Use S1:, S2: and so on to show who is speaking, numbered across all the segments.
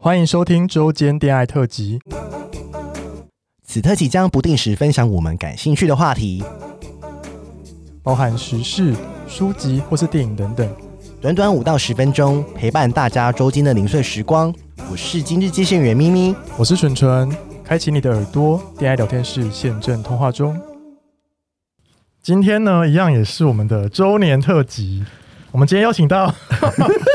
S1: 欢迎收听周间恋爱特辑。
S2: 此特辑将不定时分享我们感兴趣的话题，
S1: 包含时事、书籍或是电影等等。
S2: 短短五到十分钟，陪伴大家周间的零碎时光。我是今日接线员咪咪，
S1: 我是纯纯，开启你的耳朵，恋爱聊天室现正通话中。今天呢，一样也是我们的周年特辑。我们今天邀请到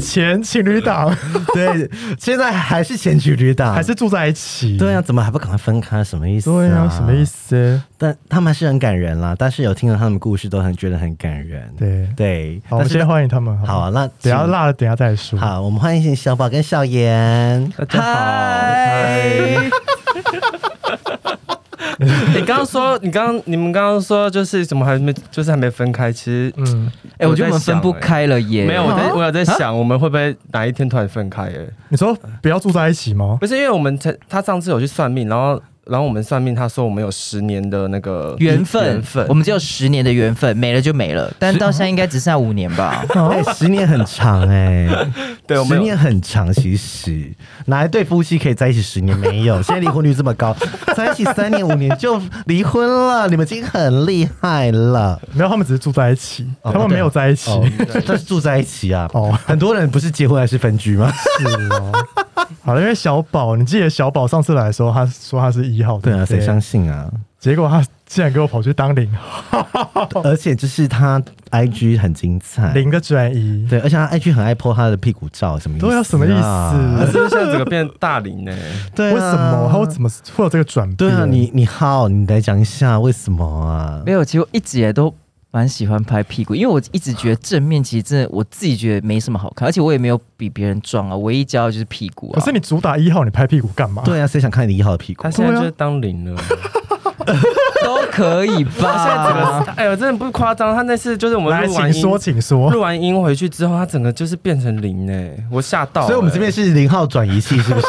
S1: 前情侣 档，
S2: 对，现在还是前情侣档
S1: 还是住在一起？
S2: 对啊，怎么还不赶快分开？什么意思、
S1: 对啊，什么意？思？
S2: 但他们还是很感人啦，但是有听了他们故事，都很觉得很感人。
S1: 对
S2: 对，
S1: 好，我们
S2: 但是
S1: 先欢迎他们。
S2: 好啊，那
S1: 等一下
S2: 请
S1: 辣了，等一下再说。
S2: 好，我们欢迎小宝跟小妍。
S3: 大家好，
S4: 嗨！ 你刚刚说，你刚你们刚刚说就是怎么还没就是还没分开？其实，
S1: 嗯，
S4: 哎
S3: 哎，我觉得我们分不。开了耶。哦
S4: 没有，我在我有在想，我们会不会哪一天突然分开？哎，
S1: 你说不要住在一起吗？
S4: 不是，因为我们才他上次有去算命，然后然后我们算命，他说我们有十年的那个
S3: 缘分，
S4: 缘分
S3: 我。们只有十年的缘分，没了就没了。但到现在应该只剩下五年 吧？
S1: 哦
S2: 哎、十年很长哎、
S4: 对我们
S2: 十
S4: 有
S2: 年很长，其实哪一对夫妻可以在一起十年？没有， 现在离婚率这么高，在一起三年五年就离婚了，你们已经很厉害了。
S1: 没有，他们只是住在一起，
S2: 哦
S1: 他们没有在一起。
S2: 哦，但是住在一起啊。
S1: 哦
S2: 哦，很多人不是结婚还是分居吗？
S1: 是哦。好了，因为小宝，你记得小宝上次来的时候，他说他是一号，
S2: 对啊，
S1: 不
S2: 谁相信啊？
S1: 结果他竟然给我跑去当零号，
S2: 而且就是他 IG 很精彩，
S1: 哦零个转移，
S2: 对，而且他 IG 很爱 po 他的屁股照，什么意思、
S1: 对啊什么意思
S4: 可是现在整个变大龄呢？
S2: 对啊，
S1: 为什么他会怎么会有这个转变？
S2: 对啊，你你好，你来讲一下为什么啊？
S3: 没有，其实我一直也都蛮喜欢拍屁股，因为我一直觉得正面其实真的我自己觉得没什么好看，而且我也没有比别人壮啊，唯一骄傲就是屁股啊。
S1: 可是你主打一号，你拍屁股干嘛？
S2: 对啊，谁想看你一号的屁股
S4: 他？现在就是当零了。
S3: 都可 以
S4: 他现在整
S3: 吧？
S4: 个，哎呦，真的不夸张。他那次就是我们
S1: 来，
S4: 录完
S1: 请说，
S4: 音，
S1: 请说。
S4: 录完音回去之后，他整个就是变成零呢，我吓到。
S2: 所以我们
S4: 哎
S2: 这边是零号转移器，是不是？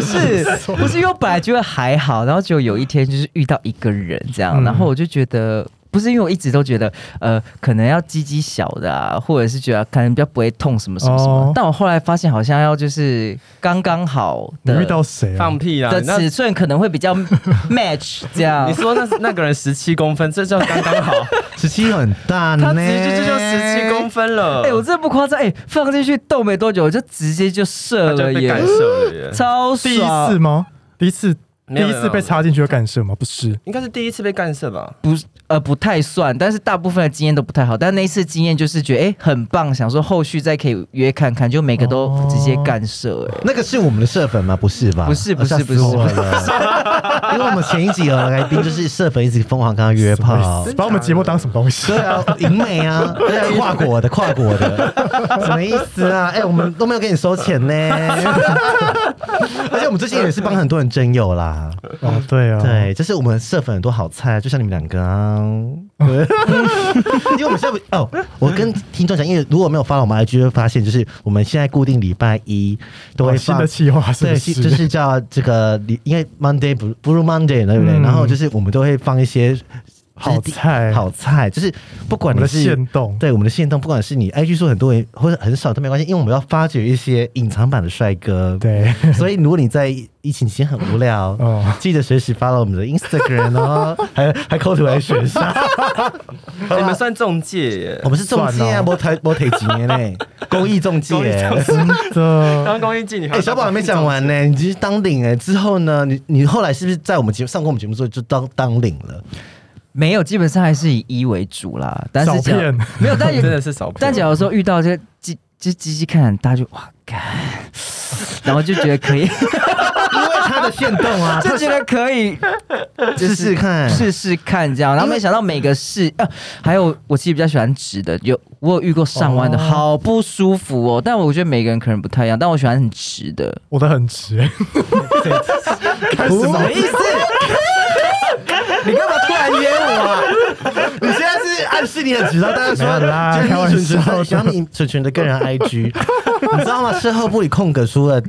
S3: 是，不是，因为我本来觉得还好，然后就有一天就是遇到一个人这样，
S1: 嗯
S3: 然后我就觉得。不是因为我一直都觉得，呃，可能要鸡鸡小的啊，或者是觉得可能比较不会痛什么什么什么。
S1: 哦
S3: 但我后来发现，好像要就是刚刚好
S1: 你
S3: 的
S1: 遇到谁啊
S4: 放？屁啦！
S3: 的
S4: 那
S3: 尺寸可能会比较 match 这样
S4: 你。说那那个人十七公分，这叫刚刚好，
S2: 十七很大呢，
S4: 他直接就就十七公分了。
S3: 哎、我真的不夸张，哎、放进去动没多久，我就直接就射
S4: 他就
S3: 了
S4: 被
S3: 耶
S4: 干，涉了耶，
S3: 超
S1: 第一次
S3: 爽！
S1: 吗？第一次，
S4: 没
S1: 第
S4: 有
S1: 一次被插进去就干涉吗？不是，
S4: 应该是第一次被干涉吧？
S3: 不，呃，不太算，但是大部分的经验都不太好。但那一次经验就是觉得，哎、很棒，想说后续再可以约看看，就每个都
S1: 哦
S3: 直接干涉、哎、
S2: 那个是我们的社粉吗？不是吧？哦
S3: 不是不是
S2: 吓死我了因为我们前一集有来宾就是社粉一直疯狂跟他约 炮
S1: 什么意思，把我们节目当什么东西
S2: 对？啊，银美啊，对啊，跨国的跨国的，什么意思啊？哎、我们都没有给你收钱呢，而且我们最近也是帮很多人征友啦，
S1: 哦，对啊，
S2: 对，就是我们社粉很多好菜，就像你们两个啊。 因为我们现在不哦，我跟听众讲，因为如果没有发我们 IG，会发现就是我们现在固定礼拜一都
S1: 哦
S2: 会
S1: 新
S2: 放。
S1: 的计划是
S2: 对，
S1: 不？
S2: 就是就是叫这个，因为 Monday 不不如 Monday 对不对？
S1: 嗯
S2: 然后就是我们都会放一些
S1: 好菜
S2: 好菜，就是不
S1: 我
S2: 管
S1: 们
S2: 你
S1: 的
S2: 是
S1: 限动，
S2: 对我们的限动，不管是你 IG 说很多人或者很少都没关系，因为我们要发掘一些隐藏版的帅哥。，
S1: 对，
S2: 所以如果你在疫情期间很无聊，
S1: 哦
S2: 记得随时 follow 我们的 Instagram 哦，还还扣图来选上。
S4: 你们算中介耶
S2: 我？们是中介
S1: 算
S2: 啊，
S1: 哦
S2: 摸台摸腿几 年嘞，公益中介
S4: 公益
S2: 欸。
S1: 真 的，
S4: 刚公益季，你
S2: 哎、小宝还没讲完呢、你就是当领哎、之后呢，你你后来是不是在我们节目上过我们节目之后就当当领了？
S3: 没有，基本上还是以一为主啦。但
S1: 少
S3: 是讲
S1: 骗，
S3: 没有，但
S4: 真
S3: 也
S4: 的是少骗。
S3: 但假如说遇到这鸡鸡鸡鸡看很大，就哇干，然后就觉得可以，，
S2: 因为他的限动啊
S3: 就觉得可以
S2: 试试看，
S3: 试试看这样，然后没想到每个试啊，还有我其实比较喜欢直的，有我有遇过上弯的，
S1: 哦
S3: 好不舒服哦。但我觉得每个人可能不太一样，但我喜欢很直的。
S1: 我的很直，开始
S2: 什
S1: 吗
S2: 么意思？你干嘛突然约我啊？ 你现在是暗示你很直，然后大家
S1: 没有
S2: 说
S1: 啦
S2: 就是
S1: 开玩
S2: 你蠢
S1: 笑的
S2: 蠢想你蠢蠢的个人 IG，你 知道吗？事后部里空格出了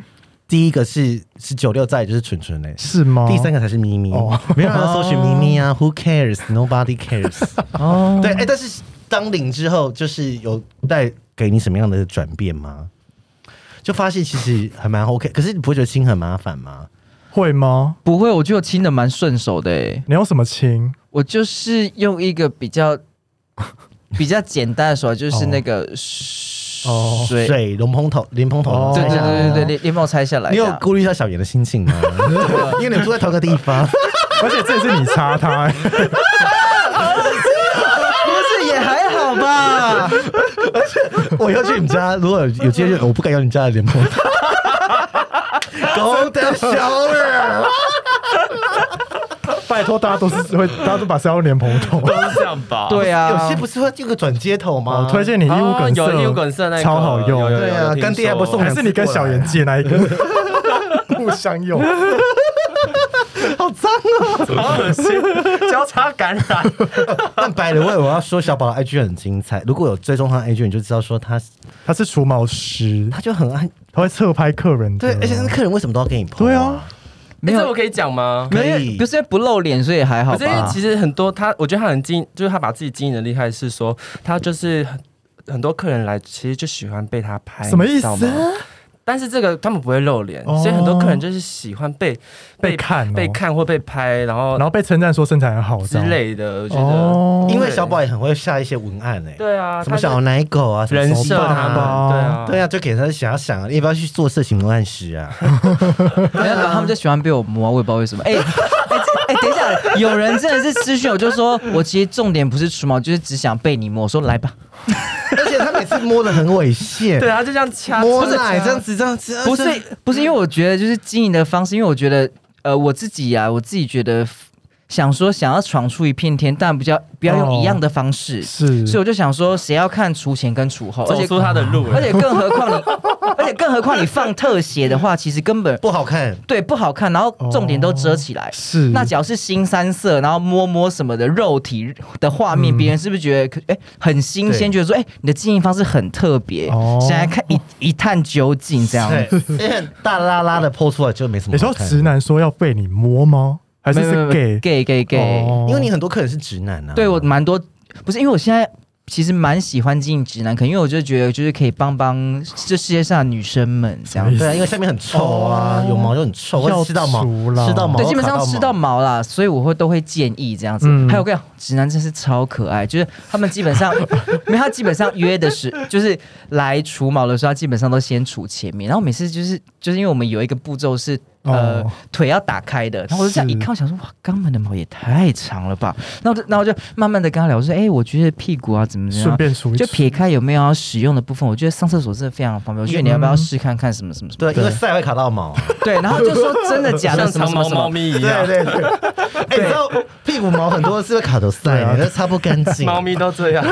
S2: 第一个是是九六在，就是蠢蠢嘞、
S1: 是吗？
S2: 第三个才是咪咪
S1: 哦，
S2: 没有人要搜寻咪咪啊，Who cares? Nobody cares。
S3: 哦，
S2: 对，哎、但是当领之后，就是有带给你什么样的转变吗？就发现其实还蛮 OK，可是你不会觉得亲很麻烦吗？
S1: 会吗？
S3: 不会，我觉得我亲的蛮顺手的诶、
S1: 你用什么亲？
S3: 我就是用一个比较 比较简单的手法，就是那个水，
S1: 哦
S2: 水龙蓬头、莲蓬头
S1: 哦，
S3: 对对
S2: 下来
S3: 对
S2: 啊
S3: 对对，，连连帽拆下来啊
S2: 你
S3: 这
S2: 有
S3: 样，
S2: 顾虑一下小妍的心情吗？因为你们住在同一个地方，
S1: 而且这也是你插他、欸
S3: 不是也还好吧？
S2: 我要去你们家，如果有机会，我不敢要你家的莲蓬头。Golden shower，
S1: 拜托，大家都是会，大家都把谁当莲蓬头。
S4: 都是这样吧？
S3: 对 啊，
S2: 有些不是会有个转接头
S1: 我
S2: 吗？
S1: 推荐你义务
S4: 啊
S1: 梗塞，
S4: 有义务梗塞那个
S1: 超好用
S4: 有有有
S2: 对啊
S4: 有听
S2: 干爹还不
S4: 说
S2: 送
S1: 还是你跟小妍借那一个，互相用。
S2: 好脏
S4: 好恶心，交叉感染。
S2: 但白了位，我要说小宝的 IG 很精彩。如果有追踪他的 IG，你就知道说他
S1: 他是除毛师，
S2: 他就很爱啊
S1: 他会侧拍客人的。
S2: 对，而且那客人为什么都要给你碰、
S1: 对啊，
S3: 没
S4: 没
S3: 有
S4: 有，这我可以讲吗？
S2: 可以
S3: 没有，不是因为不露脸，所以还好
S4: 可是因为
S3: 吧
S4: 其？实很多他，我觉得他很经，就是他把自己经营的厉害，是说他就是很很多客人来，其实就喜欢被他拍，
S1: 什么意
S4: 哎你
S1: 思
S4: 知道吗？但是这个他们不会露脸，
S1: 哦
S4: 所以很多客人就是喜欢被
S1: 被看哦
S4: 被看或被拍，然后
S1: 然后被称赞说身材很好
S4: 哦之
S1: 这样
S4: 类的。我觉得，
S1: 哦，
S2: 因为小宝也很会下一些文案诶、
S4: 对啊，
S2: 什么
S4: 他
S2: 小奶狗啊，什么
S4: 人
S2: 手
S4: 设
S2: 办
S4: 他
S2: 啊。
S4: 们，对啊，
S2: 对啊，就给他想要想啊，你要不要去做色情文案师 啊？
S3: 没有， 他们就喜欢被我摸，我也不知道为什么。哎、 哎这哎、等一下，有人真的是私讯我，就说我其实重点不是除毛，就是只想被你摸。我说来吧，
S2: 而且他每次摸的很猥亵，
S4: 对啊，就这样掐，
S2: 摸
S4: 不是
S2: 奶
S4: 掐
S2: 这样子这样子，
S3: 不是不是，因为我觉得就是经营的方式，因为我觉得呃我自己啊，我自己觉得想说想要闯出一片天，但比较不要用一样的方式，所以
S1: 是
S3: 我就想说谁要看除前跟除后，而
S4: 走
S3: 且
S4: 出他的路
S3: 而
S4: 了。
S3: 且更何况你，而且更何况你放特写的话，其实根本
S2: 不好看。
S3: 对不好看，然后重点都遮起来。
S1: 哦是，
S3: 那只要是新三色，然后摸摸什么的肉体的画面，
S1: 嗯
S3: 别、人是不是觉得可哎、很新鲜？
S2: 对
S3: 觉得说哎、你的经营方式很特别，
S1: 哦
S3: 想来看一一探究竟这样。
S2: 对， 因为大拉拉的剖出来就没什么
S1: 你
S2: 好
S1: 说
S2: 看。
S1: 直男说要被你摸吗？还是
S3: 没有
S1: 是
S3: 没有没有
S1: gay？
S3: gay gay gay，、
S1: 哦
S2: 因为你很多客人是直男啊。
S3: 对我蛮多，不是因为我现在。其实蛮喜欢经营直男，可能因为我就觉得就是可以帮帮这世界上的女生们这样
S1: 什么意思
S2: 对啊，因为下面很臭啊
S1: 哎哦，
S2: 有毛就很臭，或者吃到毛
S1: 要除，啦
S2: 吃到毛，
S3: 对，基本上吃到
S2: 毛。
S3: 毛啦，所以我会都会建议这样子。
S1: 嗯
S3: 还有个直男真是超可爱，就是他们基本 上，没有他基本上约的是，就是来除毛的时候，他基本上都先除前面，然后每次就是就是因为我们有一个步骤是。呃
S1: 哦，
S3: 腿要打开的，然后我就这样一
S1: 是
S3: 看，我想说哇，肛门的毛也太长了吧。然后就，然后就慢慢的跟他聊，我说，哎、我觉得屁股啊怎么怎么
S1: 顺
S3: 样，
S1: 便除一除
S3: 就撇开有没有要使用的部分，我觉得上厕所真的非常方便。我觉得你要不
S1: 嗯
S3: 要试看看什么什么什么？
S2: 对，因为晒会卡到 毛。
S3: 对，然后就说真的假的，
S4: 像
S3: 什么
S4: 长毛
S3: 什么什么
S4: 猫，咪一
S2: 对
S4: 样，
S2: 对对，哎，你知道屁股毛很多是会卡到
S1: 对啊
S2: 塞，那擦不干净。
S4: 猫咪都这样。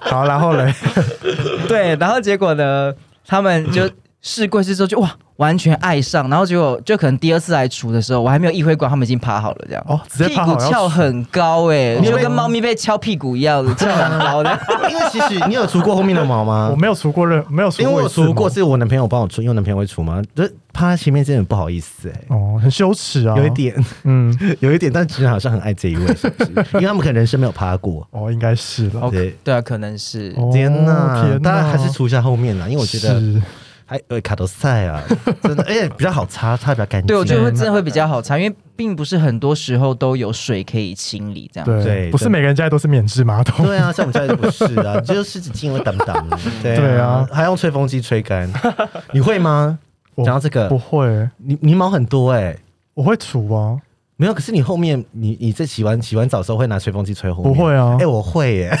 S1: 好，然后嘞，
S3: 对，然后结果呢，他们就试过一次之后就哇，完全爱上，然后结果就可能第二次来除的时候，我还没有意会过，他们已经爬好了这样。
S1: 哦直接
S3: 屁
S1: 爬好
S3: 股
S1: 要
S3: 翘
S1: 除
S3: 很高哎、
S2: 哦
S3: 就跟猫咪被敲屁股一样的，翘很 高的。
S2: 因为其实你有除过后面的毛吗
S1: 我？没有除过任，没有除
S2: 啊因为
S1: 过一
S2: 我
S1: 次毛，
S2: 除过，是我男朋友帮我除，因为我男朋友会除嘛，就是趴在前面真的很不好意思哎，
S1: 哦，很羞耻啊，
S2: 有一，点，
S1: 嗯，
S2: 有一点，但直男好像很爱这一位，是 不是？因为他们可能人生没有趴过。
S1: 哦，应该是了。
S3: 哦
S2: 对，
S3: 对啊，可能是。
S1: 哦
S2: 天哪
S1: 天，
S2: 当然还是除一下后面啦，因为我觉得
S1: 是
S2: 还呃卡都塞啊， 真的，而且比较好擦，擦比较干净。
S3: 对，我觉得会真的会比较好擦，因为并不是很多时候都有水可以清理这样。
S1: 对，
S2: 对
S1: 不是
S2: 真的
S1: 每个人家里都是免治马 桶，
S2: 对啊，像我们家也不是啊，就是湿纸巾会挡挡 的。
S1: 对啊
S2: 还用吹风机吹干， 你会吗？
S1: 我
S2: 讲到这个
S1: 不，会，
S2: 你你毛很多哎、
S1: 我会除啊，
S2: 没有，可是你后面你你在洗完洗完澡的时候会拿吹风机吹后面？
S1: 不会啊
S2: 哎、我会耶、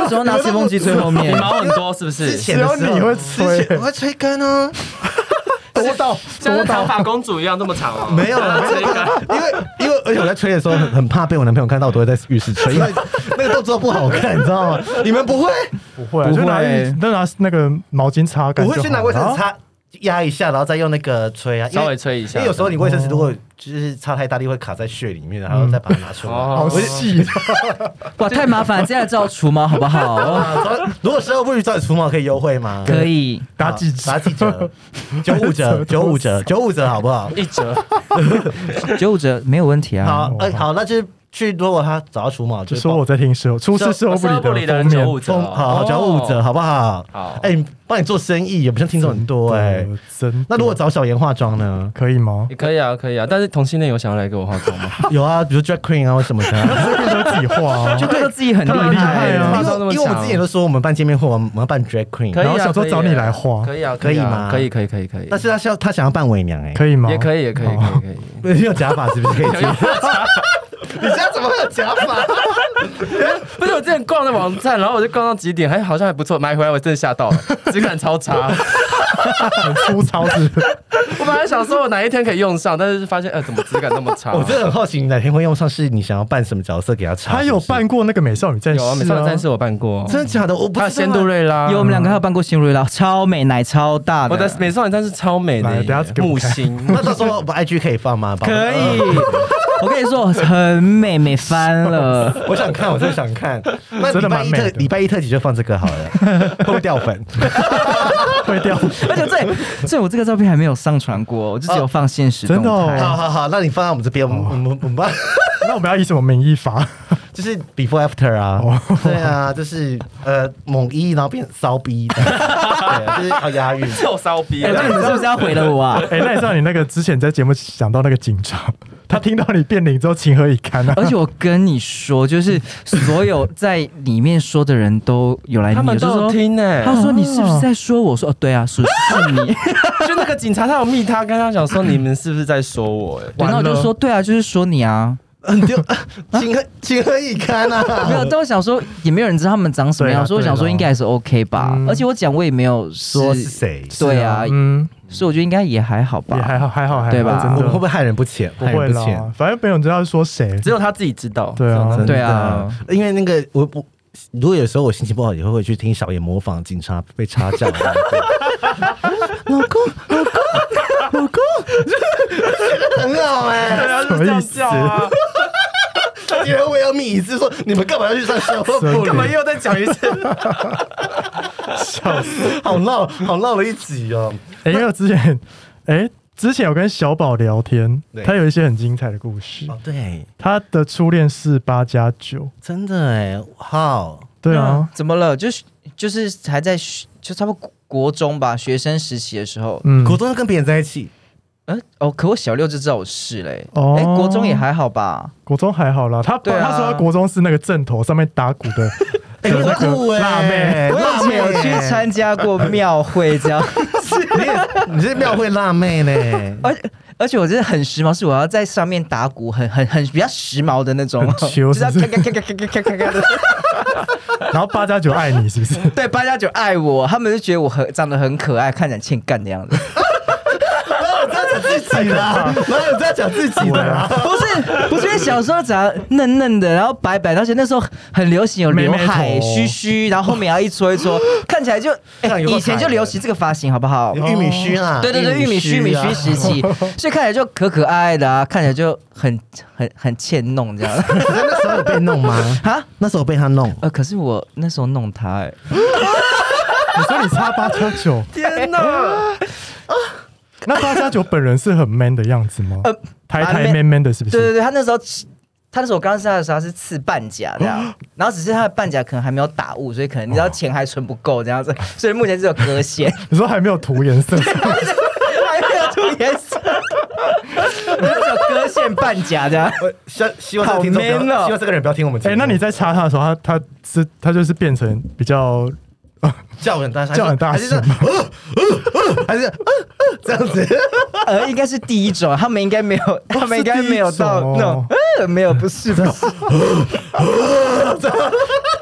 S3: 为什么拿吹风机吹后
S4: 你
S3: 面？
S4: 毛很多是不
S2: 之
S4: 是？
S2: 前的时候
S1: 只有你会吹
S2: 之前我会吹干啊，
S1: 多到
S4: 像长发公主一样那么长哦。
S2: 没有啊啦，
S4: 这个
S2: 因为因为而且我在吹的时候很很怕被我男朋友看到，我都会在浴室吹，因为那个动作不好看，你知道吗？你们不会？
S1: 不会啊，
S3: 不
S1: 就拿
S3: 会
S1: 浴就拿那个毛巾擦干
S2: 我
S1: 就好了啊，
S2: 会去拿卫生纸擦压一下，然后再用那个吹啊，因为
S4: 稍微吹一
S2: 因
S4: 下，
S2: 为有时候你卫生纸如果就是擦太大力，会卡在血里面，然后再把它拿出来。
S4: 哦
S1: 好细，
S3: 哇，太麻烦了，这样照除毛好 不好？
S2: 啊，所以如果十二不许照你除毛可以优惠吗？
S3: 可以，
S1: 打几折
S2: 打几折？九五折，九五折，九五折，好不好？
S4: 一折，
S3: 九五折没有问题啊。
S2: 好，呃，好，那就是去如果他找到除毛，
S1: 就
S2: 就
S1: 说我在听事后出事事后不
S4: 不
S1: 理
S4: 理
S1: 的
S4: 的
S1: 封面
S4: 九，五折
S2: 封
S4: 哦，
S2: 好九五折，
S4: 哦，
S2: 好不好？
S4: 好，
S2: 哎，你帮你做生意也不像听众很多哎。
S1: 真的，真的
S2: 那如果找小妍化妆 呢？
S1: 可以 吗？
S4: 也可以啊，可以啊，但是同性恋有想要来给我化妆吗？
S2: 有啊，比如 drag queen 啊或什么的。
S1: 这边都自己画啊
S3: 就觉得自己很
S1: 很
S3: 厉
S1: 厉害啊
S4: 化
S2: 哎因
S4: 妆那么
S2: 为因为我们之前都说我们办见面会，我们我们要办 drag queen，
S4: 可以
S1: 然后
S4: 啊
S1: 想说
S4: 可以
S1: 找你
S4: 啊
S1: 来画
S4: 可以啊，
S2: 可以
S4: 啊
S2: 吗
S4: 可以，可以，可以，可以。
S2: 但是他想他想要扮伪娘哎，
S1: 可以吗？
S4: 也可以，也可以，可
S1: 哦
S4: 以，可以。
S2: 以，有假发是不是可以接？ 你现在怎么会有假发？
S4: 不是我之前逛的网站，然后我就逛到几点，还好像还不错，买回来我真的吓到了， 质感超差。
S1: 很粗糙是 不是
S4: 我本来想说我哪一天可以用上，但是发现呃怎么质感那么差？
S2: 我真的很好奇，你哪天会用上是你想要扮什么角色给他唱？
S1: 他有扮过那个美少女战士
S4: 有啊，美少女战士我办过，
S2: 真的假的？我不
S4: 还有
S2: 知
S4: 仙
S2: 道
S4: 杜
S2: 啊。
S4: 瑞拉，
S3: 有我们两个还有扮过新瑞拉，超美，奶超大的。
S4: 我的美少女战士超美
S1: 来
S4: 的
S1: 等下
S4: 耶
S1: 给我
S4: 木
S1: 看
S4: 星，
S2: 那到时候我 IG 可以放吗？宝贝
S3: 可以， 我跟你说很美，美翻 了。
S2: 我想看，我真的想看。那
S1: 真
S2: 礼
S1: 的
S2: 拜
S1: 蛮
S2: 一
S1: 美
S2: 特
S1: 的
S2: 礼拜一特辑就放这个好了，会不会掉粉？
S1: 会掉，
S3: 而且这这我这个照片还没有上传过，我就只有放现实
S1: 真的
S3: 动态
S1: 哦
S2: 好好好，那你放在我们这边，我们我们我们把
S1: 那我们要以什么名义发？
S2: 就是 before after 啊
S1: 哦，
S2: 对啊，就是呃猛一，然后变骚逼，对，啊就是要押韵。
S4: 臭骚逼啊
S3: 哎，那你们是不是要毁了我啊？
S1: 哎、那你知道你那个之前在节目讲到那个警察，他听到你变脸之后情何以堪啊？
S3: 而且我跟你说，就是所有在里面说的人都有来，
S4: 他们都
S3: 就
S4: 有
S3: 说。
S4: 听 呢。
S3: 他说：“你是不是在说我？”我说：“哦，对啊，是是你。，
S4: 就那个警察，他有密他，跟他讲说你们是不是在说我？” 哎
S3: 然后我就
S1: 完了
S3: 说：“对啊，就是说你啊。
S2: 嗯，就 情何情何以堪”
S3: 没有，
S2: 啊！
S3: 但我想说，也没有人知道他们长什么
S1: 对
S3: 样，
S1: 啊
S3: 所以我想说
S1: 对啊
S3: 应该还是 OK 吧
S1: 嗯。
S3: 而且我讲我也没有
S2: 说是谁？
S3: 对啊，
S1: 嗯，
S3: 所以我觉得应该也还好吧。
S1: 也还好，还好，还好，
S3: 对吧
S1: 真
S2: 我
S1: 的
S2: 们会不会害人不浅？
S1: 不
S2: 害
S1: 会
S2: 人不浅
S1: 啦，。反正没有人知道说谁。
S4: 只有他自己知道。
S1: 对啊
S4: 真的
S2: 真的
S3: 对啊，
S2: 因为那个我我如果有时候我心情不好，也会去听小野模仿警察被插脚，老公，老公，老公， 很好哎、
S4: 对啊，
S1: 什么意思
S4: 就是这样叫啊？
S2: 欸，因为我要米一次说你们干嘛要去上社会
S1: 真
S2: 部？
S1: 的
S4: 干嘛又再讲一次？
S1: 笑死！
S2: 好闹，好闹了一集哦。
S1: 哎、因为我之前，哎、之前有跟小宝聊天
S2: 对，
S1: 他有一些很精彩的故事。
S2: 哦，对，
S1: 他的初恋是八加九，
S2: 真的哎、好，
S1: 对啊，
S3: 怎么了？就是就是还在学就差不多国中吧，学生时期的时候，
S1: 嗯，
S2: 国中就跟别人在一起，
S3: 嗯、哦，可我小六就知道我是嘞，
S1: 哦
S3: 哎、国中也还好吧，
S1: 国中还好啦。他、
S3: 对啊
S1: 他说他国中是那个正头上面打鼓的，
S2: 哎、
S1: 有那
S2: 很酷
S1: 个
S2: 哎、
S1: 辣妹，
S3: 我以
S2: 辣
S3: 前
S2: 妹
S3: 有去参加过庙会这样，
S2: 你也你是庙会辣妹呢、
S3: 而且而且我真的很时髦，是我要在上面打鼓，很很很比较时髦的那种，
S1: 很 chill，
S3: 就是要
S1: 是不
S3: 咔
S1: 是
S3: 咔咔咔咔咔咔咔的。
S1: 然后八加九爱你是不是？
S3: 对，八加九爱我，他们就觉得我很长得很可爱，看起来很欠干的样子。
S2: 哪有哦这样讲自己的 啊？哪有这样讲自己的啊？
S3: 不是不是，因为小时候长得嫩嫩的，然后白白的，而且那时候很流行有刘
S1: 妹
S3: 海
S1: 妹头
S3: 须须，然后后面要一撮一撮，看起来就、
S2: 看
S3: 哎，
S2: 有个
S3: 以前就流行这个发型，好不好？嗯
S2: 玉米须啊，
S3: 对对对，玉米须、玉米须时期，所以看起来就可可爱爱的啊，看起来就很很很欠弄这样
S2: 那时候有被弄吗？
S3: 啊。
S2: 那时候被他弄，
S3: 呃，可是我那时候弄他、哎，
S1: 你说你差八加 九，
S4: 天哪！
S1: 那八加九本人是很 man 的样子吗？
S3: 呃
S1: 台
S3: 蛮
S1: 台
S3: man-
S1: man man 的，是不
S3: 对对
S1: 是？
S3: 对，他那时候他那时候我刚认识他的时候，他是刺半甲这样，然后只是他的半甲可能还没有打雾，所以可能你知道钱还存不够这样子，所以目前只有割线。
S1: 你说还没有涂颜 色，
S3: 还没有涂啊颜色，那种割线半甲的。
S2: 我希呃希望这个听众不要
S3: 好 man 哦
S2: 希望这个人不要听我们节
S1: 哎、
S2: 目。
S1: 那你在插他的时候，他他是他就是变成比较
S2: 叫很大声，
S1: 叫很大
S2: 还是这
S1: 声
S2: 样呃呃呃还是呃呃这样子？
S3: 呃，应该是第一种，他们应该没有，他们应该没有到
S1: 是第一种哦
S3: 那种，呃，没有，不是，不是，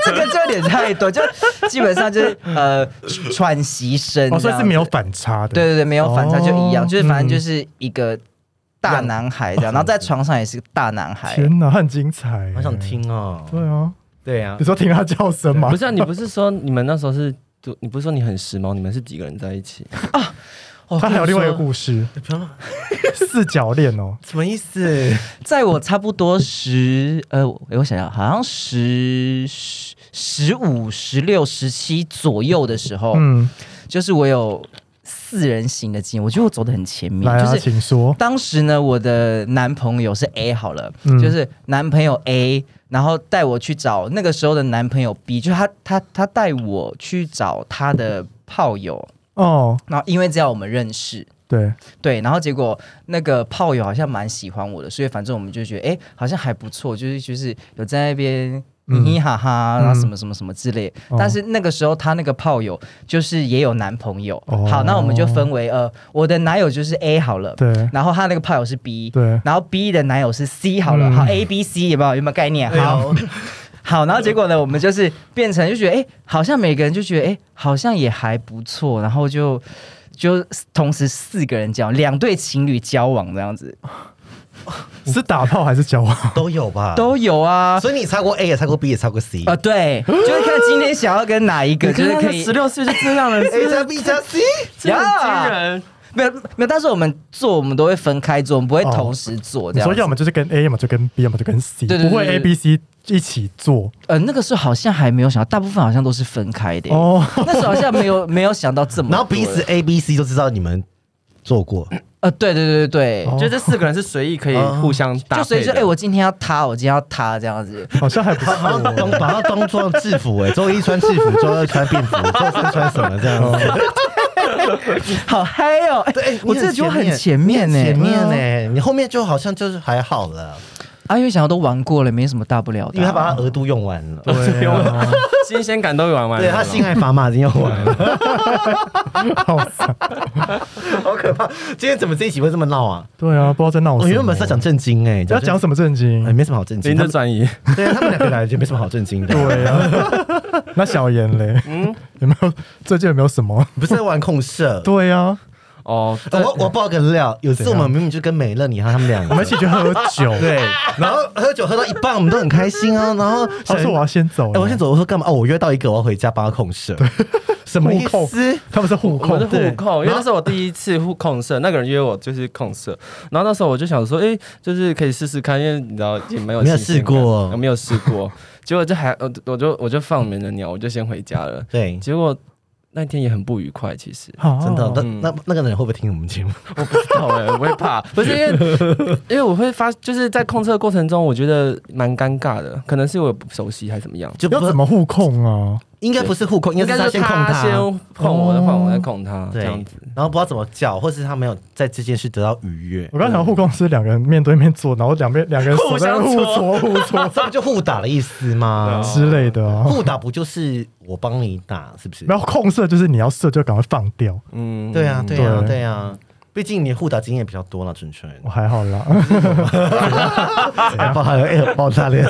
S3: 这个就有点太多，就基本上就是呃喘息声，
S1: 哦，所以是没
S3: 有，
S1: 有反差的。
S3: 对对对，没有反差就一样，
S1: 哦
S3: 就是反
S1: 嗯
S3: 正就是一个大男孩这样，然后在床上也是个大男孩，
S1: 天哪，他很精彩，
S2: 好想。听哦。
S1: 对啊，
S2: 对啊
S1: 你，说听他叫声吗？
S4: 不是啊，你不是说你们那时候是，就你不是说你很时髦，你们是几个人在一起？
S3: 哦
S1: 他还有另外一个
S3: 我跟你说
S1: 故 事，
S2: 不要乱
S1: 四角恋哦，
S2: 什么意 思？
S3: 在我差不多十呃，我我想想，好像十十十五、十六、十七左右的时候，
S1: 嗯，
S3: 就是我有。四人行的经验，我觉得我走的很前面，
S1: 来啊，
S3: 就是
S1: 请说。
S3: 当时呢，我的男朋友是 A 好了，
S1: 嗯
S3: 就是男朋友 A，然后带我去找那个时候的男朋友 B，就是他他他带我去找他的炮友，
S1: 哦，
S3: 然后因为这样我们认识。
S1: 对，
S3: 对，然后结果那个炮友好像蛮喜欢我的，所以反正我们就觉得，哎，好像还不错，就是就是有在那边
S1: 嗯
S3: 嘻嘻哈哈，然
S1: 嗯
S3: 后什么什么什么之类。
S1: 哦
S3: 但是那个时候他那个炮友就是也有男朋友，
S1: 哦
S3: 好，那我们就分为呃，我的男友就是 A 好了，
S1: 对，
S3: 然后他那个炮友是 B，
S1: 对，
S3: 然后 B 的男友是 C 好了，
S1: 嗯
S3: 好 A B C 有没有有没有概念？
S1: 哎
S3: 好。好，然后结果呢，我们就是变成就觉得，哎、好像每个人就觉得，哎、好像也还不错，然后就就同时四个人交往，两对情侣交往这样子
S1: 是打炮还是交往？
S2: 都有吧？
S3: 都有啊，
S2: 所以你擦过 A 也擦过 B 也擦过 C，
S3: 啊、对，就是看今天想要跟哪一个，就是可以
S4: 十，六岁就哎这 样了，
S2: A
S4: 真
S2: 加
S4: 的
S2: B 加 C，
S4: 真的很惊人。
S3: 没有没有，但是我们做我们都会分开做，我们不会
S1: 哦
S3: 同时做这
S1: 你
S3: 样
S1: 说
S3: 子。
S1: 要么就是跟 A，要么就跟 B，要么就跟 C，
S3: 对对对
S1: 不会
S3: 对
S1: A、B、C 一起做
S3: 呃，那个时候好像还没有想到，大部分好像都是分开的、
S1: 哦。
S3: 那时候好像没有没有想到这么多，
S2: 然后彼此 A、B、C 都知道你们做过，
S3: 呃，对对对对对，
S1: 哦
S4: 就这四个人是随意可以互相搭
S3: 就所
S4: 配
S3: 以
S4: 的。
S3: 说，哎、我今天要他，我今天要他这样子。
S1: 好像还不
S2: 把它
S1: 错
S2: 当把它当做制服哎、周一穿制服，周二穿便服，周三穿什么这样子？
S3: 好嗨哦！哎
S2: 对，哦哎
S3: 我真的觉得很前面
S2: 你
S3: 呢、
S2: 很前面呢、欸
S3: 呢。
S2: 你后面就好像就是还好了，
S3: 啊，因为想到都玩过了，没什么大不了的啊、
S2: 因为他把他额度用完了，
S1: 对啊，
S4: 新鲜感都啊玩完了，
S2: 对他性爱砝码已经用完了，
S1: 好惨，
S2: 好可怕！今天怎么这一集会这么闹啊？
S1: 对啊，不知道在闹什
S2: 我
S1: 么。
S2: 原本是要讲正经哎、
S1: 要讲
S2: 么？
S1: 什么正经
S2: 哎，？没什么好震惊。
S4: 零
S2: 他
S4: 的
S2: 们
S4: 转移，
S2: 对啊他们两个来就没什么好震惊 的。
S1: 对啊， 那小妍嘞，有没有最近有没有什么？
S2: 不是在玩控社。
S1: 对啊，
S4: 哦，
S2: 呃我我爆个料，有一次
S1: 怎
S2: 我
S1: 样
S2: 们明明就跟美乐你和他们 两个，
S1: 我们一起去喝酒，
S2: 对，然后喝酒喝到一半，我们都很开心啊。然后
S1: 他说我要先走
S2: 哎、
S1: 了，
S2: 我先走，我说干嘛？哦，我约到一个，我要回家帮他控社，什么意
S1: 互控
S2: 思？
S1: 他们是互
S4: 我
S1: 控
S4: 是，互控，因为
S2: 然后
S4: 那是我第一次互控社，那个人约我就是控社，然后那时候我就想说，哎、就是可以试试看，因为你知道也没有
S2: 没有
S4: 新鲜感
S2: 试过
S4: 我没有试过，结果就还呃我就我就放门了鸟，我就先回家了，
S2: 对，
S4: 结果那天也很不愉快，其实
S1: 啊
S2: 真的，那
S4: 嗯
S2: 那那个人会不会听我们节目？
S4: 我不知道哎、我会怕，不是因为 因为我会发，就是在控社的过程中，我觉得蛮尴尬的，可能是我不熟悉还是怎么样。
S2: 就不
S1: 要怎么互控啊？
S2: 应该不是互控，应
S4: 应
S2: 该
S4: 该
S2: 是他
S4: 是
S2: 先控
S4: 他先控我的话，我再控他这
S2: 对
S4: 样子。
S2: 然后不知道怎么叫，或是他没有在这件事得到愉悦，
S1: 我刚才想互控是两个人面对面坐，然后两边两个人手在那边互
S4: 互
S1: 搓互 搓
S2: 这不就互打的意思吗？
S4: 对啊
S1: 之类的啊。
S2: 互打不就是我帮你打，是不是？
S1: 然后控射就是你要射就赶快放掉，
S4: 嗯
S2: 对啊，对啊，
S1: 对
S2: 对啊。毕竟你互打经验比较多了，纯纯。
S1: 我还好啦。
S2: 哎，爆他脸，哎，爆他脸，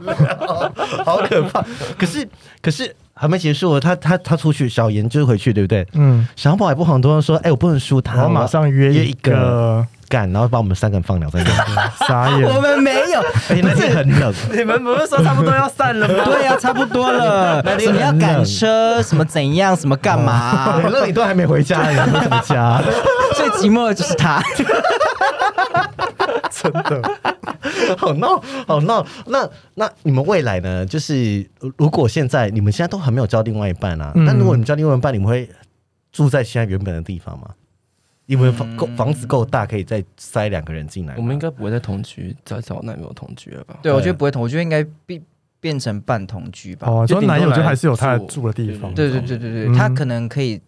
S2: 好可怕！可是，可是还没结束，哦他他他出去，小严就回去，对不对？
S1: 嗯，
S2: 小宝也不很多人说，哎、我不能输
S1: 然
S2: 他，
S1: 后马上约
S2: 约
S1: 一
S2: 一个
S1: 个，
S2: 干，然后把我们三个人放了在那。
S1: 傻眼。
S3: 我们没有，
S2: 而且那天很 冷，
S4: 你们不是说差不多要散了吗？
S3: 对呀、差不 多了。
S2: 那
S3: 什么要赶车，什么怎样，什么干嘛、
S2: 美哎乐你都还没回家，你还没回家。
S3: 最寂寞的就是 他。
S1: 真的，
S2: 好闹，好闹。那那你们未来呢？就是如如果现在你们现在都还没有交另外一半啊，
S1: 嗯
S2: 那、如果你们交另外一半，你们会住在现在原本的地方吗？你们房够房子够大，可以再塞两个人进来吗。
S4: 我们应该不会再同居，再找男友同居了吧？
S3: 对，我觉得不会同，我觉得应该变变成半同居吧。
S1: 哦，
S4: 就
S1: 说
S4: 顶多
S1: 男友就
S4: 来
S1: 还是有他的
S4: 住
S1: 住的地方，
S3: 对对对对对，
S1: 嗯
S3: 他可能可以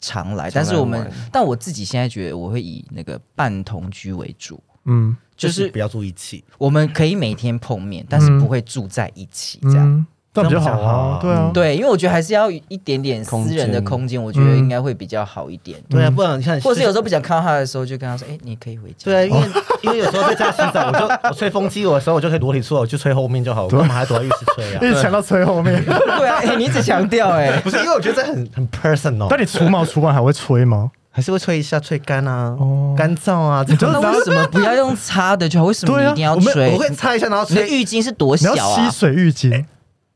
S3: 常来，但是我们
S4: 玩，
S3: 但我自己现在觉得我会以那个半同居为主，
S1: 嗯，
S3: 就
S2: 就是
S3: 是
S2: 不要住一起，
S3: 我们可以每天碰面，但是
S1: 嗯
S3: 不会住在一起这样。
S1: 嗯，这样比较好
S2: 这样比较好
S1: 啊
S2: 啊，
S1: 对啊，
S3: 嗯对，因为我觉得还是要一点点私人的空
S4: 空
S3: 间，我觉得应该会比较好一点。
S2: 对啊，不然你看，
S3: 嗯或者是有时候不想看到他的时候，就跟他说：“哎、你可以回家。”
S2: 对啊，因为、因为有时候在家洗澡，我就我吹风机我的时候，我就可以裸体出来，我就吹后面就好，我干嘛还躲在浴室吹啊？
S1: 一直强到吹后面。
S3: 对啊，哎、你一直强调哎，
S2: 不是，因为我觉得这很很 personal，
S1: 但你除毛除完还会吹吗？
S2: 还是会吹一下，吹干啊
S1: 哦，
S2: 干燥啊，这
S3: 那
S2: 样
S3: 为什么不要用擦的就好？为什么
S1: 对
S3: 你
S1: 啊
S3: 一定要
S2: 我们
S3: 吹？
S2: 我会擦一下，然后
S3: 你的
S2: 吹
S3: 浴巾是多
S1: 你要
S3: 小
S1: 吸
S3: 啊？
S1: 水浴巾，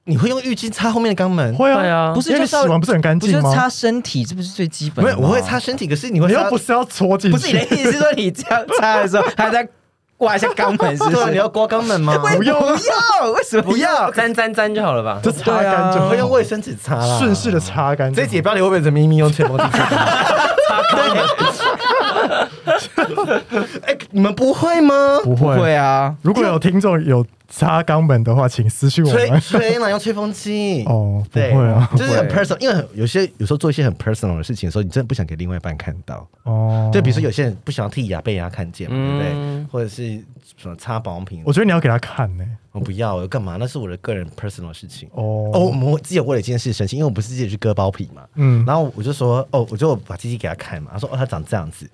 S2: 你会用浴巾擦后面的肛门？
S1: 会
S4: 对
S1: 啊，
S4: 啊
S3: 不是
S1: 因为
S3: 就
S1: 你
S3: 是要
S1: 洗完不是很干
S3: 不就
S1: 净
S3: 是
S1: 吗
S3: 擦？身体，这不是最基本
S2: 没
S3: 的
S2: 有，
S3: 吗？
S2: 我会擦身体，可是你会
S1: 你
S2: 擦
S1: 又不是要戳进去，
S3: 不是你的意思是说你这样擦的时候，还在刮一下肛门，是不
S2: 对啊，你
S3: 是？
S2: 要刮肛门吗？
S1: 不用啊，
S3: 要，为什么不要？
S4: 沾沾沾就好了吧？
S1: 就擦干就
S2: 啊哎我
S1: 好
S2: 会用卫生纸擦啦，
S1: 顺势的擦干就好。
S2: 这一集不要理会不会人民咪用吹风机， 哎、你们不会吗？
S1: 不
S3: 不
S1: 会。
S3: 会啊，
S1: 如果有听众有擦肛门的话，请私讯我
S2: 吹
S1: 们。
S2: 吹嘛，用吹风机。
S1: 哦，不
S2: 对
S1: 会啊。
S2: 就是很
S4: 不会
S2: personal，因为很有些有时候做一些很 personal 的事情的时候，你真的不想给另外一半看到。
S1: 哦，
S2: 就比如说有些人不想要剃牙被人家看见嘛，对不对
S4: 嗯？
S2: 或者是什么擦保养品，
S1: 我
S2: 我
S1: 觉得你要给他看呢、
S2: 我不要，我干嘛？那是我的个人 personal 事情。
S1: 哦
S2: 哦，我们自己有为了一件事生气，因为我不是自己去割包皮嘛。
S1: 嗯，
S2: 然后我就说，哦，我就把鸡鸡给他看嘛，他说，哦，他长这样子。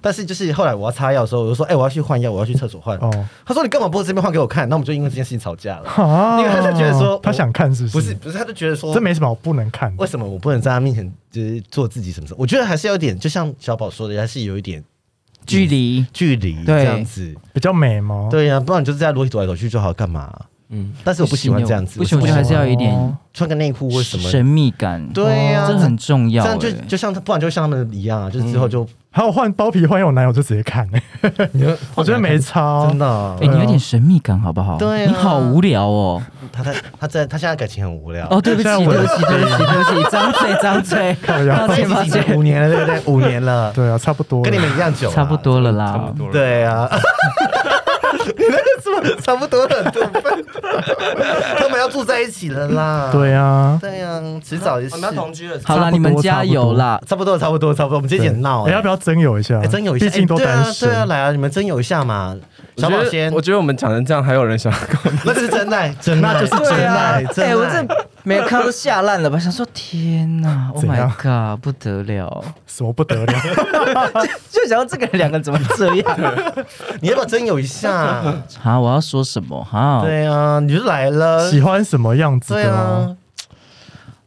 S2: 但是就是后来我要擦药的时候，我就说，哎、我要去换药，我要去厕所换。
S1: 哦
S2: 他说，你干嘛不这边换给我看？那我们就因为这件事情吵架了。
S1: 啊
S2: 因为他就觉得说
S1: 他想 看是不是？
S2: 不是，不是，他就觉得说，
S1: 这没什么，我不能看。
S2: 为什么我不能在他面前就是做自己什么什么？我觉得还是有点，就像小宝说的，还是有一点
S3: 距离
S2: 距离
S3: 对
S2: 这样子。
S1: 比较美吗？，
S2: 对呀、不然你就是在裸体走来走去就好，干嘛？
S4: 嗯，
S2: 但是我不喜欢这样子，
S3: 不行，我觉得还是要有一点
S1: 哦
S2: 穿个内裤或什么，
S3: 神秘感，哦
S2: 对呀、
S3: 这很重
S2: 这
S3: 要
S2: 样
S3: 欸。
S2: 就就像不然就像他们一样啊，就是之后就、
S1: 还有换包皮换有男友就直接 看、欸，我觉得没差、
S2: 真、的啊、
S3: 哎，你有点神秘感好不好？
S2: 对啊
S3: 你好无聊哦。
S2: 他在他在他现在感情很无聊。
S3: 哦，对不起，
S1: 现在我
S3: 对不起，对不起，对不起，张嘴，张嘴，
S1: 靠腰
S2: 啊
S3: 抱歉，抱歉，
S2: 五年了，对不 对？五年了，
S1: 对啊，差不多了。
S2: 跟你们一样久、
S3: 差不。多了
S5: 差
S3: 啦
S5: 不。多了。
S2: 对啊，你那个是不是差不多了？怎么办？ 他们要住在一起了啦。
S1: 对啊，
S2: 对啊，迟早也是
S4: 我。们要哦同居了，
S3: 好
S1: 差不
S3: 啦，
S1: 多
S3: 你们加油啦！
S2: 差不多，差不多，差不多。我们今天也闹
S1: 哎要不
S2: 要？
S1: 要征友一下？
S2: 哎，真有一下，
S1: 毕竟都
S2: 哎对
S1: 单
S2: 啊，
S1: 身。
S2: 对啊，来啊，你们真有一下嘛。小宝
S4: 我觉
S2: 先
S4: 得，我觉得我们讲成这样，还有人想要跟 我们
S2: 那就是真爱，真爱，
S1: 那就是
S2: 真爱，
S3: 哎，
S2: 啊真
S3: 我
S2: 爱。
S3: 这每个看都吓烂了吧？想说天哪，Oh
S1: 怎
S3: my
S1: 样
S3: god，不得了！
S2: 啊
S1: 什么不得 了？
S3: 就想到这个人两个怎么这 样？
S2: 你要不要真有一下？
S3: 啊，我要说什么？哈，
S2: 对啊，你就来了。
S1: 喜欢什么样子
S2: 对
S1: 的吗？
S2: 啊，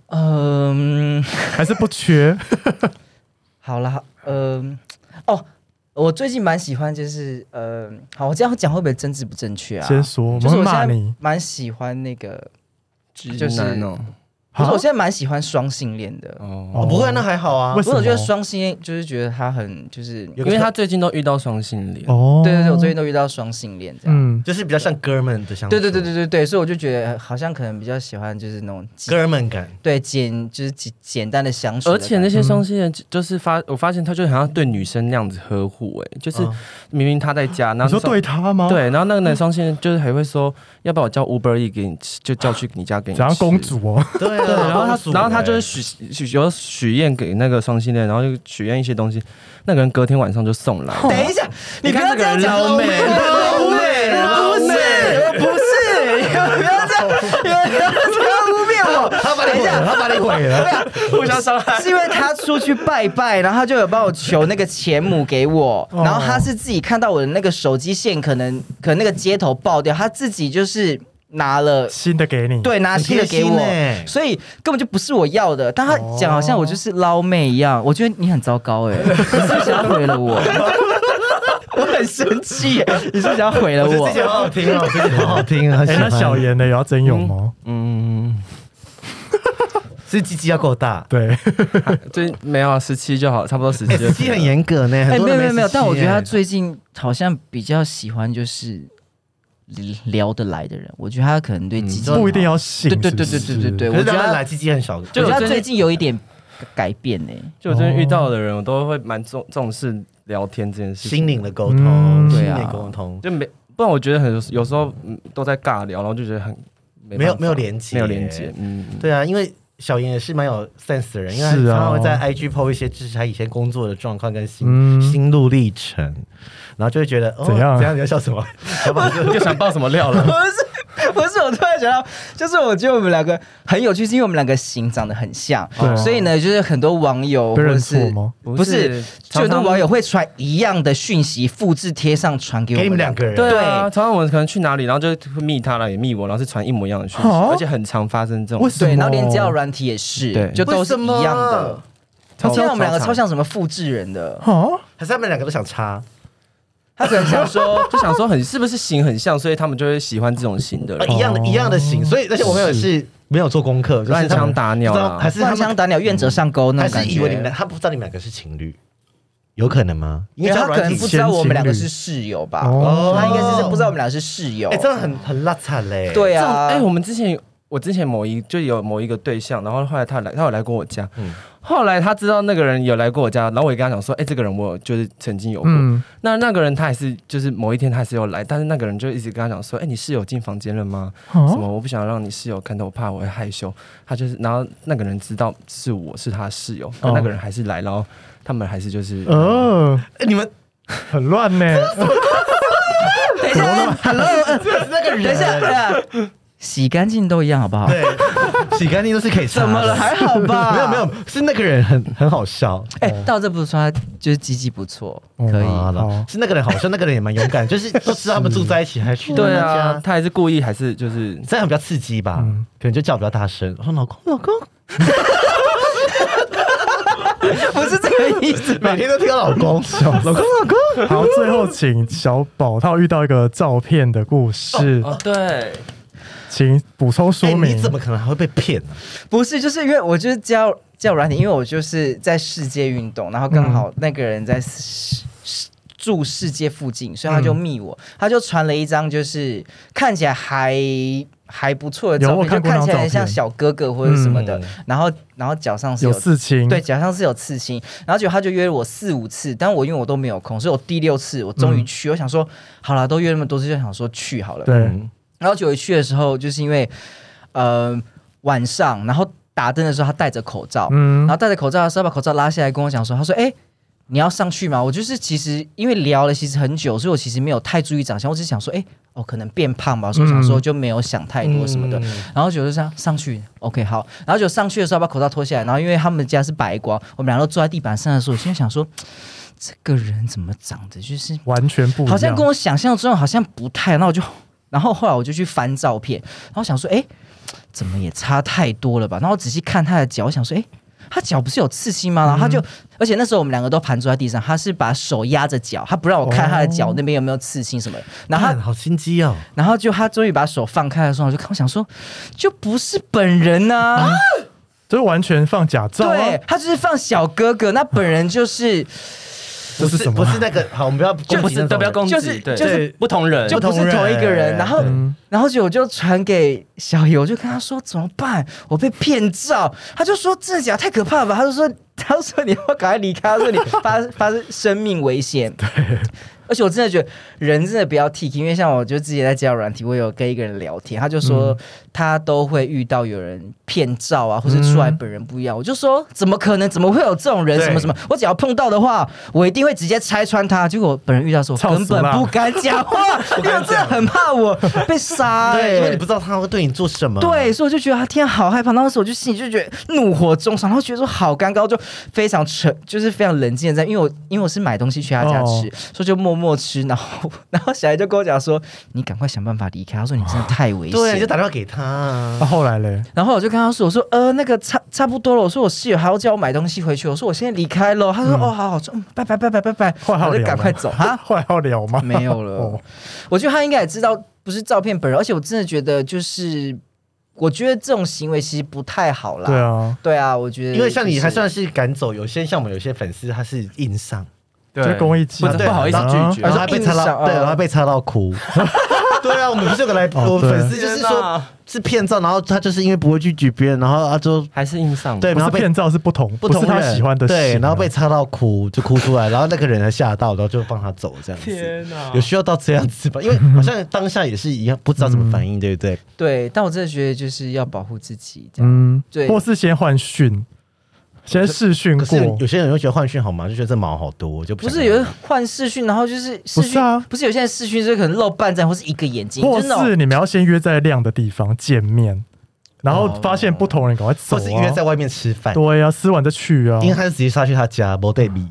S3: 嗯，
S1: 还是不 缺？
S3: 好啦，嗯，哦。我最近蛮喜欢，就是呃，好，我这样讲会不会政治不正确啊？
S1: 先说，我
S3: 就是
S1: 们
S3: 我
S1: 会
S3: 现
S1: 骂
S3: 在
S1: 你。
S3: 蛮喜欢那个，
S4: 直
S3: 就是
S4: 男哦。
S3: 可是
S1: 啊
S3: 我现在蛮喜欢双性恋的。
S4: 哦，
S1: 哦
S2: 哦不会，那还好啊
S1: 为。
S3: 不是，我觉得
S1: 什么
S3: 双性恋就是觉得他很就是，对
S2: 有
S4: 因
S2: 个
S4: 为他最近都遇到双性恋，
S1: 哦，
S3: 对对，我最近都遇到双性恋这样。
S1: 嗯，
S2: 就是比较像哥们的相处，
S3: 对对对对对对，所以我就觉得好像可能比较喜欢就是那种简
S2: 哥们感。
S3: 对简就是简简单的相处的
S4: 而
S3: 感觉，
S4: 且那些双性恋就是发，我发现他就好像对女生那样子呵护，哎，就是
S2: 嗯
S4: 明明他在家，然
S1: 你说
S4: 后
S1: 对他吗？，
S4: 对，然后那个男双性恋就是还会说，要不要我叫 Uber E 给你吃，就叫去你家给你
S1: 怎样
S4: 吃
S1: 公。主 哦？
S2: 对
S4: 对，
S2: 啊，
S4: 然后
S2: 公主
S4: 他，然后他
S2: 欸
S4: 就是许许许有许愿给那个双性恋，然后就许愿一些东西，那个人隔天晚上就送来。
S3: 等一下，你不
S4: 哦看
S3: 要
S4: 这个
S3: 这样
S4: 人
S3: 讲
S4: 捞妹
S3: 捞妹，捞妹，不是，你不要这样，你不要这样污蔑我。
S2: 他把你毁了，他把你毁了。
S4: 互相伤害。
S3: 是因为他出去拜拜，然后他就有帮我求那个钱母给我，
S1: 哦
S3: 然后他是自己看到我的那个手机线可能可能那个接头爆掉，他自己就是拿了。
S1: 新的给你。，
S3: 对，拿新的给
S2: 很
S3: 我
S2: 贴心欸，
S3: 所以根本就不是我要的。但他讲好像我就是捞妹一样，我觉得你很糟 糕哎、你是不是想要毁了我？我很生气、欸，你是不是想要毁了
S2: 我觉得
S3: 我
S2: 这？集好好听哦，这集好好听啊。
S1: 哎，那小
S2: 爷
S1: 妍呢？有要哦征友吗？
S4: 嗯，
S2: 是鸡鸡要够大，哎
S1: 对，
S4: 最没有啊十七就好，差不多十七。
S2: 鸡鸡很。严格呢。
S3: 哎、
S2: 很多
S3: 没
S2: 人
S3: 有没有没有，但我觉得他
S2: 17欸
S3: 最近好像比较喜欢就是聊得来的人，我觉得他可能对鸡 鸡、
S2: 嗯
S1: 不一定要信。
S3: 对对对
S1: 是
S3: 对
S1: 不是
S3: 对对对，
S2: 可
S3: 我
S2: 是
S3: 觉
S2: 他
S3: 得
S2: 们来
S3: 他
S2: 鸡鸡很小，
S3: 我
S4: 我
S3: 觉得
S4: 觉
S3: 他
S4: 得
S3: 最近有一点改变欸呢、
S4: 就我最近遇到的人，我都会蛮重重视聊天这件事情。
S2: 心灵的沟
S1: 嗯
S2: 通，心
S3: 对
S2: 灵
S3: 啊
S2: 沟通，
S4: 就没，不然我觉得很有时候嗯都在尬聊，然后就觉得很没
S2: 没有
S4: 办法
S2: 没有连接
S4: 没有连接。嗯，嗯，
S2: 对啊，因为小妍也是蛮有 sense 的人，因为
S1: 是啊
S2: 他会在 IG PO 一些就是他以前工作的状况跟心、
S1: 嗯
S2: 心路历程，然后就会觉得哦，
S1: 怎样
S2: 怎样你要笑 什么？小宝就
S4: 又想爆什么料了？
S3: 不是，不是，我突然想到，就是我觉得我们两个很有趣，是因为我们两个型长得很像，
S1: 对
S3: 所以呢，就是很多网友
S1: 被
S3: 或
S1: 认
S3: 者
S1: 错
S3: 是
S1: 吗？
S3: 不是，就很多网
S4: 友。
S3: 友会传一样的讯息，复制贴上传给我
S2: 给哎你们
S3: 们
S2: 两个人，
S4: 对啊，常常我们可能去哪里，然后就会密他了，也密我，然后是传一模一样的讯息，
S1: 啊
S4: 而且很常发生这种
S1: 为
S4: 事。
S1: 什么？
S3: 对，然后连交友软体也是，
S4: 对
S3: 就都是一样
S2: 为什
S3: 的
S2: 么。
S3: 他现在我们两个
S4: 超
S3: 超像什么复制人的，
S1: 啊，
S2: 还是他们两个都想插，
S3: 他可能想说
S4: 就想说很是不是型很像，所以他们就会喜欢这种型的
S2: 呃、
S4: 人。
S2: 一样的、一样的
S3: 哦
S2: 型，所以那些我朋友是没有做功课，就是
S4: 乱
S2: 他们
S4: 枪打鸟
S2: 不知
S4: 啦
S2: 道还是他
S3: 啊乱枪
S2: 们
S3: 打鸟、愿者上钩那
S2: 还
S3: 种感
S2: 是以为你们
S3: 觉
S2: 俩，。他不知道你们两个是情侣，有可能吗？因
S3: 因
S2: 为
S3: 为
S2: 交
S3: 他
S2: 友
S3: 可
S2: 软
S3: 能
S2: 体
S3: 不知道我们两个是室友吧，
S1: 哦
S3: 他应该是不知道我们俩是室友
S2: 哎、。真的很哎很拉惨嘞，
S3: 对
S4: 这种
S3: 啊，
S4: 哎、我们之前我之前某一就有某一个对象，然后后来他来，他有来过我家，
S2: 嗯
S4: 啊，后来他知道那个人有来过我家，然后我也跟他讲说，哎、这个人我就是曾经有过。
S1: 嗯，
S4: 那那个人他还是就是某一天他还是有来，但是那个人就一直跟他讲说，哎、你室友进房间了吗？什
S1: 哦，
S4: 么我不想让你室友看到，我怕我会害羞。他就是，然后那个人知道是我是他室友，但那个人还是来，然后他们还是就是，呃，
S1: 呃，
S2: 哎你们
S1: 很乱呢。
S3: 等一下，Hello，呃
S2: 那个人
S3: 等一下，等一下，洗干净都一样好哎不好？
S2: 对，洗干净都是可以擦的。
S3: 怎么了？还好吧？
S2: 没有没。有，是那个人很很好笑。
S3: 哎，到这不说，他就是鸡鸡不错，可以。
S2: 啊
S1: 哦好
S2: 是那个人好笑，那个人也蛮勇敢，就是都知道他们住在一起，还去
S4: 对
S2: 他们
S4: 啊
S2: 家，，
S4: 他还是故意还是就是，
S2: 这样比较刺激吧？
S1: 嗯
S2: 可能就叫比较大声，我说老公老公，
S3: 不是这个意思吧
S2: 每？天都听到老公，老公
S1: 好，最后请小宝，他有遇到一个照骗的故事，
S4: 哦，对，
S1: 请补充说
S2: 哎
S1: 明。
S2: 你怎么可能还会被骗呢？
S3: 不是，就是因为我就是教教软体，因为我就是在世界运动，然后刚好那个人在世世住世界附近，所以他就密我，他就传了一张就是看起来还还不错的
S1: 有
S3: 照
S1: 我
S3: 片，
S1: 看
S3: 就
S1: 过
S3: 看
S1: 那
S3: 起
S1: 张照
S3: 来
S1: 片
S3: 像小哥哥或者什么的，
S2: 嗯
S3: 然后然后脚上是
S1: 有
S3: 有。
S1: 刺青？
S3: 对，，脚上是有刺青，然后结果他就约了我四五次，但我因为我都没有空，所以我第六次我终于去，我想说好了，都约那么多次，就想说去好了。
S1: 嗯对，
S2: 嗯
S3: 然后九一去的时候，就是因为呃晚上，然后打灯的时候他戴着口罩，
S1: 嗯
S3: 然后戴着口罩的时候把口罩拉下来跟我讲说，他说：“哎、你要上去吗？”我就是其实因为聊了其实很久，所以我其实没有太注意长相，我只是想说，哎、哦可能变胖吧，所以我想
S1: 嗯
S3: 说就没有想
S4: 哎
S3: 太多什么的。然后九就这样上去，OK 好，然后就上去的时候把口罩脱下来，然后因为他们家是白光，我们俩都坐在地板上的时候，我心里想说，这个人怎么长得就是
S1: 完全不一样。
S3: 好像跟我想象中好像不太。那我就，然后后来我就去翻照片，然后想说，哎，怎么也差太多了吧？然后我仔细看他的脚，我想说，哎，他脚不是有刺青吗？然后他就，而且那时候我们两个都盘坐在地上，他是把手压着脚，他不让我看他的脚那边有没有刺青什么的。然后他
S2: 看好心机哦，
S3: 然后就他终于把手放开的时候，我就看我想说，就不是本人呐、
S1: 就是完全放假照啊，
S3: 对他就是放小哥哥，那本人就是。
S1: 这是什么
S2: 不是那个好，我们不要
S4: 就不是都不要
S2: 攻
S4: 攻
S3: 击
S4: 击，
S3: 就是
S4: 对
S3: 就是
S4: 不同人，
S3: 就不是同一个人。然后
S1: 嗯，
S3: 然后就我就传给小游，就跟他说怎么办？我被骗照。他就说真的假的太可怕了吧？他就说， 他就说你要赶快离开，他说你 发发生生命危险。对。而且我真的觉得人真的不要 T，因为像我就之前在交友软体，我有跟一个人聊天，他就说他都会遇到有人骗照啊，或是出来本人不一样。我就说怎么可能？怎么会有这种人？
S2: 对
S3: 什么什么？我只要碰到的话，我一定会直接拆穿他。结果本人遇到的时候，
S1: 操
S3: 我根
S1: 死
S3: 本
S1: 啦
S3: 不敢讲话， 因为我真的很怕我被杀、
S2: 对，因为
S3: 欸
S2: 你。不知道他会对你做什么。
S3: 对，所以我就觉得他天啊好害怕，当时我就心里就觉得怒火中烧，然后觉得说好尴尬，我就非常沉，就是非常冷静的在，因为我因为我是买东西去他家吃，
S1: 哦
S3: 所以就默默吃，然后 然后小孩就跟我讲说，你赶快想办法离开，他说你真的太危
S2: 对，你
S3: 险
S2: 就。打电话给他啊
S1: 那。后来嘞，
S3: 然后我就跟他说：“我说呃，那个差差不多了。我说我室友还要叫我买东西回去。我说我现在离开了。”他说：“哦，好好，我说嗯，拜拜拜拜拜拜。”
S1: 后来还有
S3: 我就
S1: 聊
S3: 赶快
S1: 吗
S3: 走 哈。
S1: 后来还要聊吗？
S3: 啊没有了
S1: 哦
S3: 我觉得他应该也知道不是照片本人，而且我真的觉得就是，我觉得这种行为其实不太好啦。
S1: 对，啊，
S3: 对啊，我觉得
S2: 因为像你还
S3: 就是
S2: 算是赶走，有些像我们有些粉丝他是硬上，
S4: 对
S1: 就公益集
S4: 不
S1: 团
S4: 不好意思
S1: 啊
S4: 拒
S2: 然
S4: 绝
S2: 后。他被
S3: 硬
S2: 插
S3: 上
S2: 到，对，
S3: 哦
S2: 然后他被插到哭。 对啊，我们不是有个来，
S1: 哦
S2: 我们粉丝
S4: 对
S2: 就是
S4: 天
S2: 说
S4: 哪
S2: 是骗照，然后他就是因为不会拒绝别人，然后他就
S4: 还是硬上，
S2: 对，
S1: 不
S2: 然
S1: 是
S2: 后被
S1: 骗照是不同，
S2: 不
S1: 不是
S2: 同
S1: 他
S2: 人
S1: 喜欢的型啊，
S2: 对，然后被插到哭，就哭出来，然后那个人还吓到，然后就放他走这样子。
S4: 天哪
S2: 有！需要到这样子吧？因为好像当下也是一样，不知道怎么反应，对不对？
S3: 对，但我真的觉得就是要保护自己这样。
S1: 嗯，
S3: 对
S1: 或是先换训，先试训
S2: 可是
S1: 嗯过
S2: 有，些人又觉得换训好嘛，就觉得这毛好多，我就不啊
S3: 不
S2: 想
S3: 是有人换视讯，然后就是视
S1: 不是
S3: 讯
S1: 啊
S3: 不是有些人视讯就可能露半张或是一个眼睛，
S1: 或
S3: 就是那
S1: 是
S2: 哦
S3: 种
S1: 你们要先约在亮的地方见面，然后发现不同人赶快走
S2: 哦或
S1: 啊，
S2: 是约在外面吃饭，
S1: 对啊，撕完再去啊
S2: 因，为他是直接杀去他家，没对比，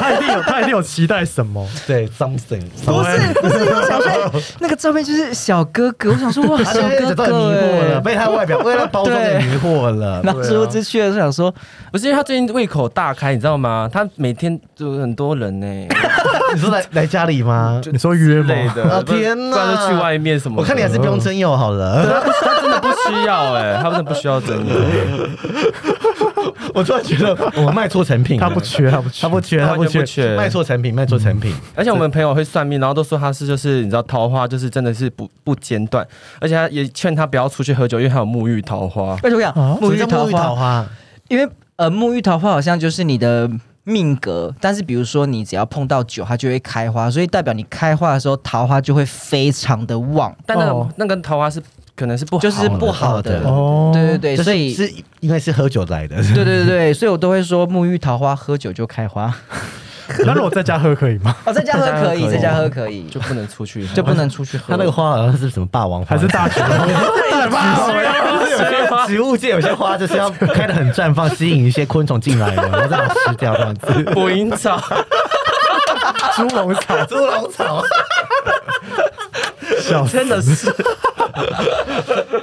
S1: 他一定 有他一定有期待什么，
S2: 对 something，
S3: 不是不是，我想说那个照片就是小哥哥，我想说哇
S2: 他
S3: 小
S2: 就被
S3: 哥
S2: 整个迷
S3: 哥
S2: 惑了，啊
S3: 欸，
S2: 被他外表，被他包装给
S3: 对
S2: 迷惑 了。
S3: 然后
S2: 对
S3: 殊
S2: 啊
S3: 不知去了就想说
S4: 不是因为他最近胃口大开，你知道吗？他每天就很多人呢，
S2: 你说来来家里吗？
S1: 你说约
S4: 之类
S1: 吗？
S4: 的
S2: 啊天哪
S4: 不然就去外面什么的？
S2: 我看你还是不用真友好 了。
S4: 他真的不需要哎，他真的不需要真 的，
S2: 我突然觉得我卖错产品了，
S1: 他不缺，他不缺，
S2: 他不缺，
S4: 他
S2: 他
S4: 完
S2: 不
S4: 全
S2: 缺，
S4: 不缺
S2: 卖错产品，卖错产品。
S4: 而且我们朋友会算命，然后都说他是就是你知道桃花就是真的是不不间断，而且他也劝他不要出去喝酒，因为他有沐浴桃花。
S3: 为什么讲
S2: 嗯
S1: 啊
S3: 沐浴
S2: 什么叫
S3: 桃
S2: 木
S3: 花？
S2: 花，
S3: 因为呃，沐浴桃花好像就是你的命格，但是比如说你只要碰到酒，它就会开花，所以代表你开花的时候，桃花就会非常的旺，
S4: 但那
S1: 哦
S4: 个那根桃花是可能是不好的，
S3: 就是不好的。
S1: 哦，
S3: 对对对，
S2: 就是
S3: 所以
S2: 是因为是喝酒来的，
S3: 对对对 对，所以我都会说沐浴桃花，喝酒就开花。
S1: 那如果在家喝可以 吗？
S3: 哦，在家喝可 以，在
S4: 在
S3: 家
S4: 家
S3: 喝
S4: 喝
S3: 可以，就
S4: 就不能出去，
S3: 就不能出去喝。
S2: 他那个花好像是什么霸王花，
S1: 还是大学？大吧，
S2: 植物界有些花就是要开的很绽放，吸引一些昆虫进来的，然后再把它吃掉这 样 子。
S4: 捕蝇草，
S1: 猪笼草，
S2: 猪笼草，
S1: 笑死！
S4: 真的 是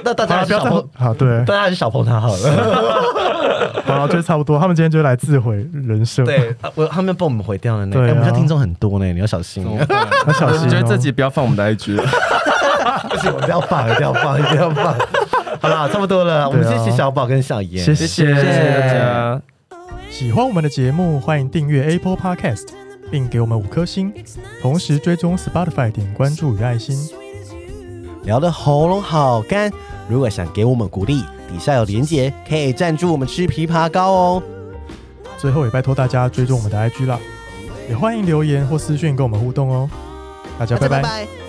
S2: 那大
S1: 好
S2: 家
S1: 了，不要
S2: 还是小
S1: 再
S2: 碰，
S1: 好， 对，
S2: 大家还是小碰它好了。
S1: 好了，就差不多。他们今天就来自毁人设，，
S2: 对，啊我他们被我们毁掉了呢。
S1: 对啊
S2: 哎我们家听众很多呢，你要小心。啊
S1: 要小心哦
S4: 我觉得这集不要放我们的 IG 了。
S2: 不行，我们要放，一定要放，一定要放。好啦，差不多了，我们谢啊谢小宝跟小严，
S1: 谢
S4: 谢谢谢谢大家。
S1: 喜欢我们的节目，欢迎订阅 Apple Podcast，并给我们五颗星，同时追踪 Spotify 点关注与爱心。
S2: 聊的喉咙好干。如果想给我们鼓励，底下有连结，可以赞助我们吃枇杷膏哦。
S1: 最后也拜托大家追踪我们的 IG 啦，也欢迎留言或私讯跟我们互动哦。大家
S2: 大家
S1: 拜拜
S2: 拜。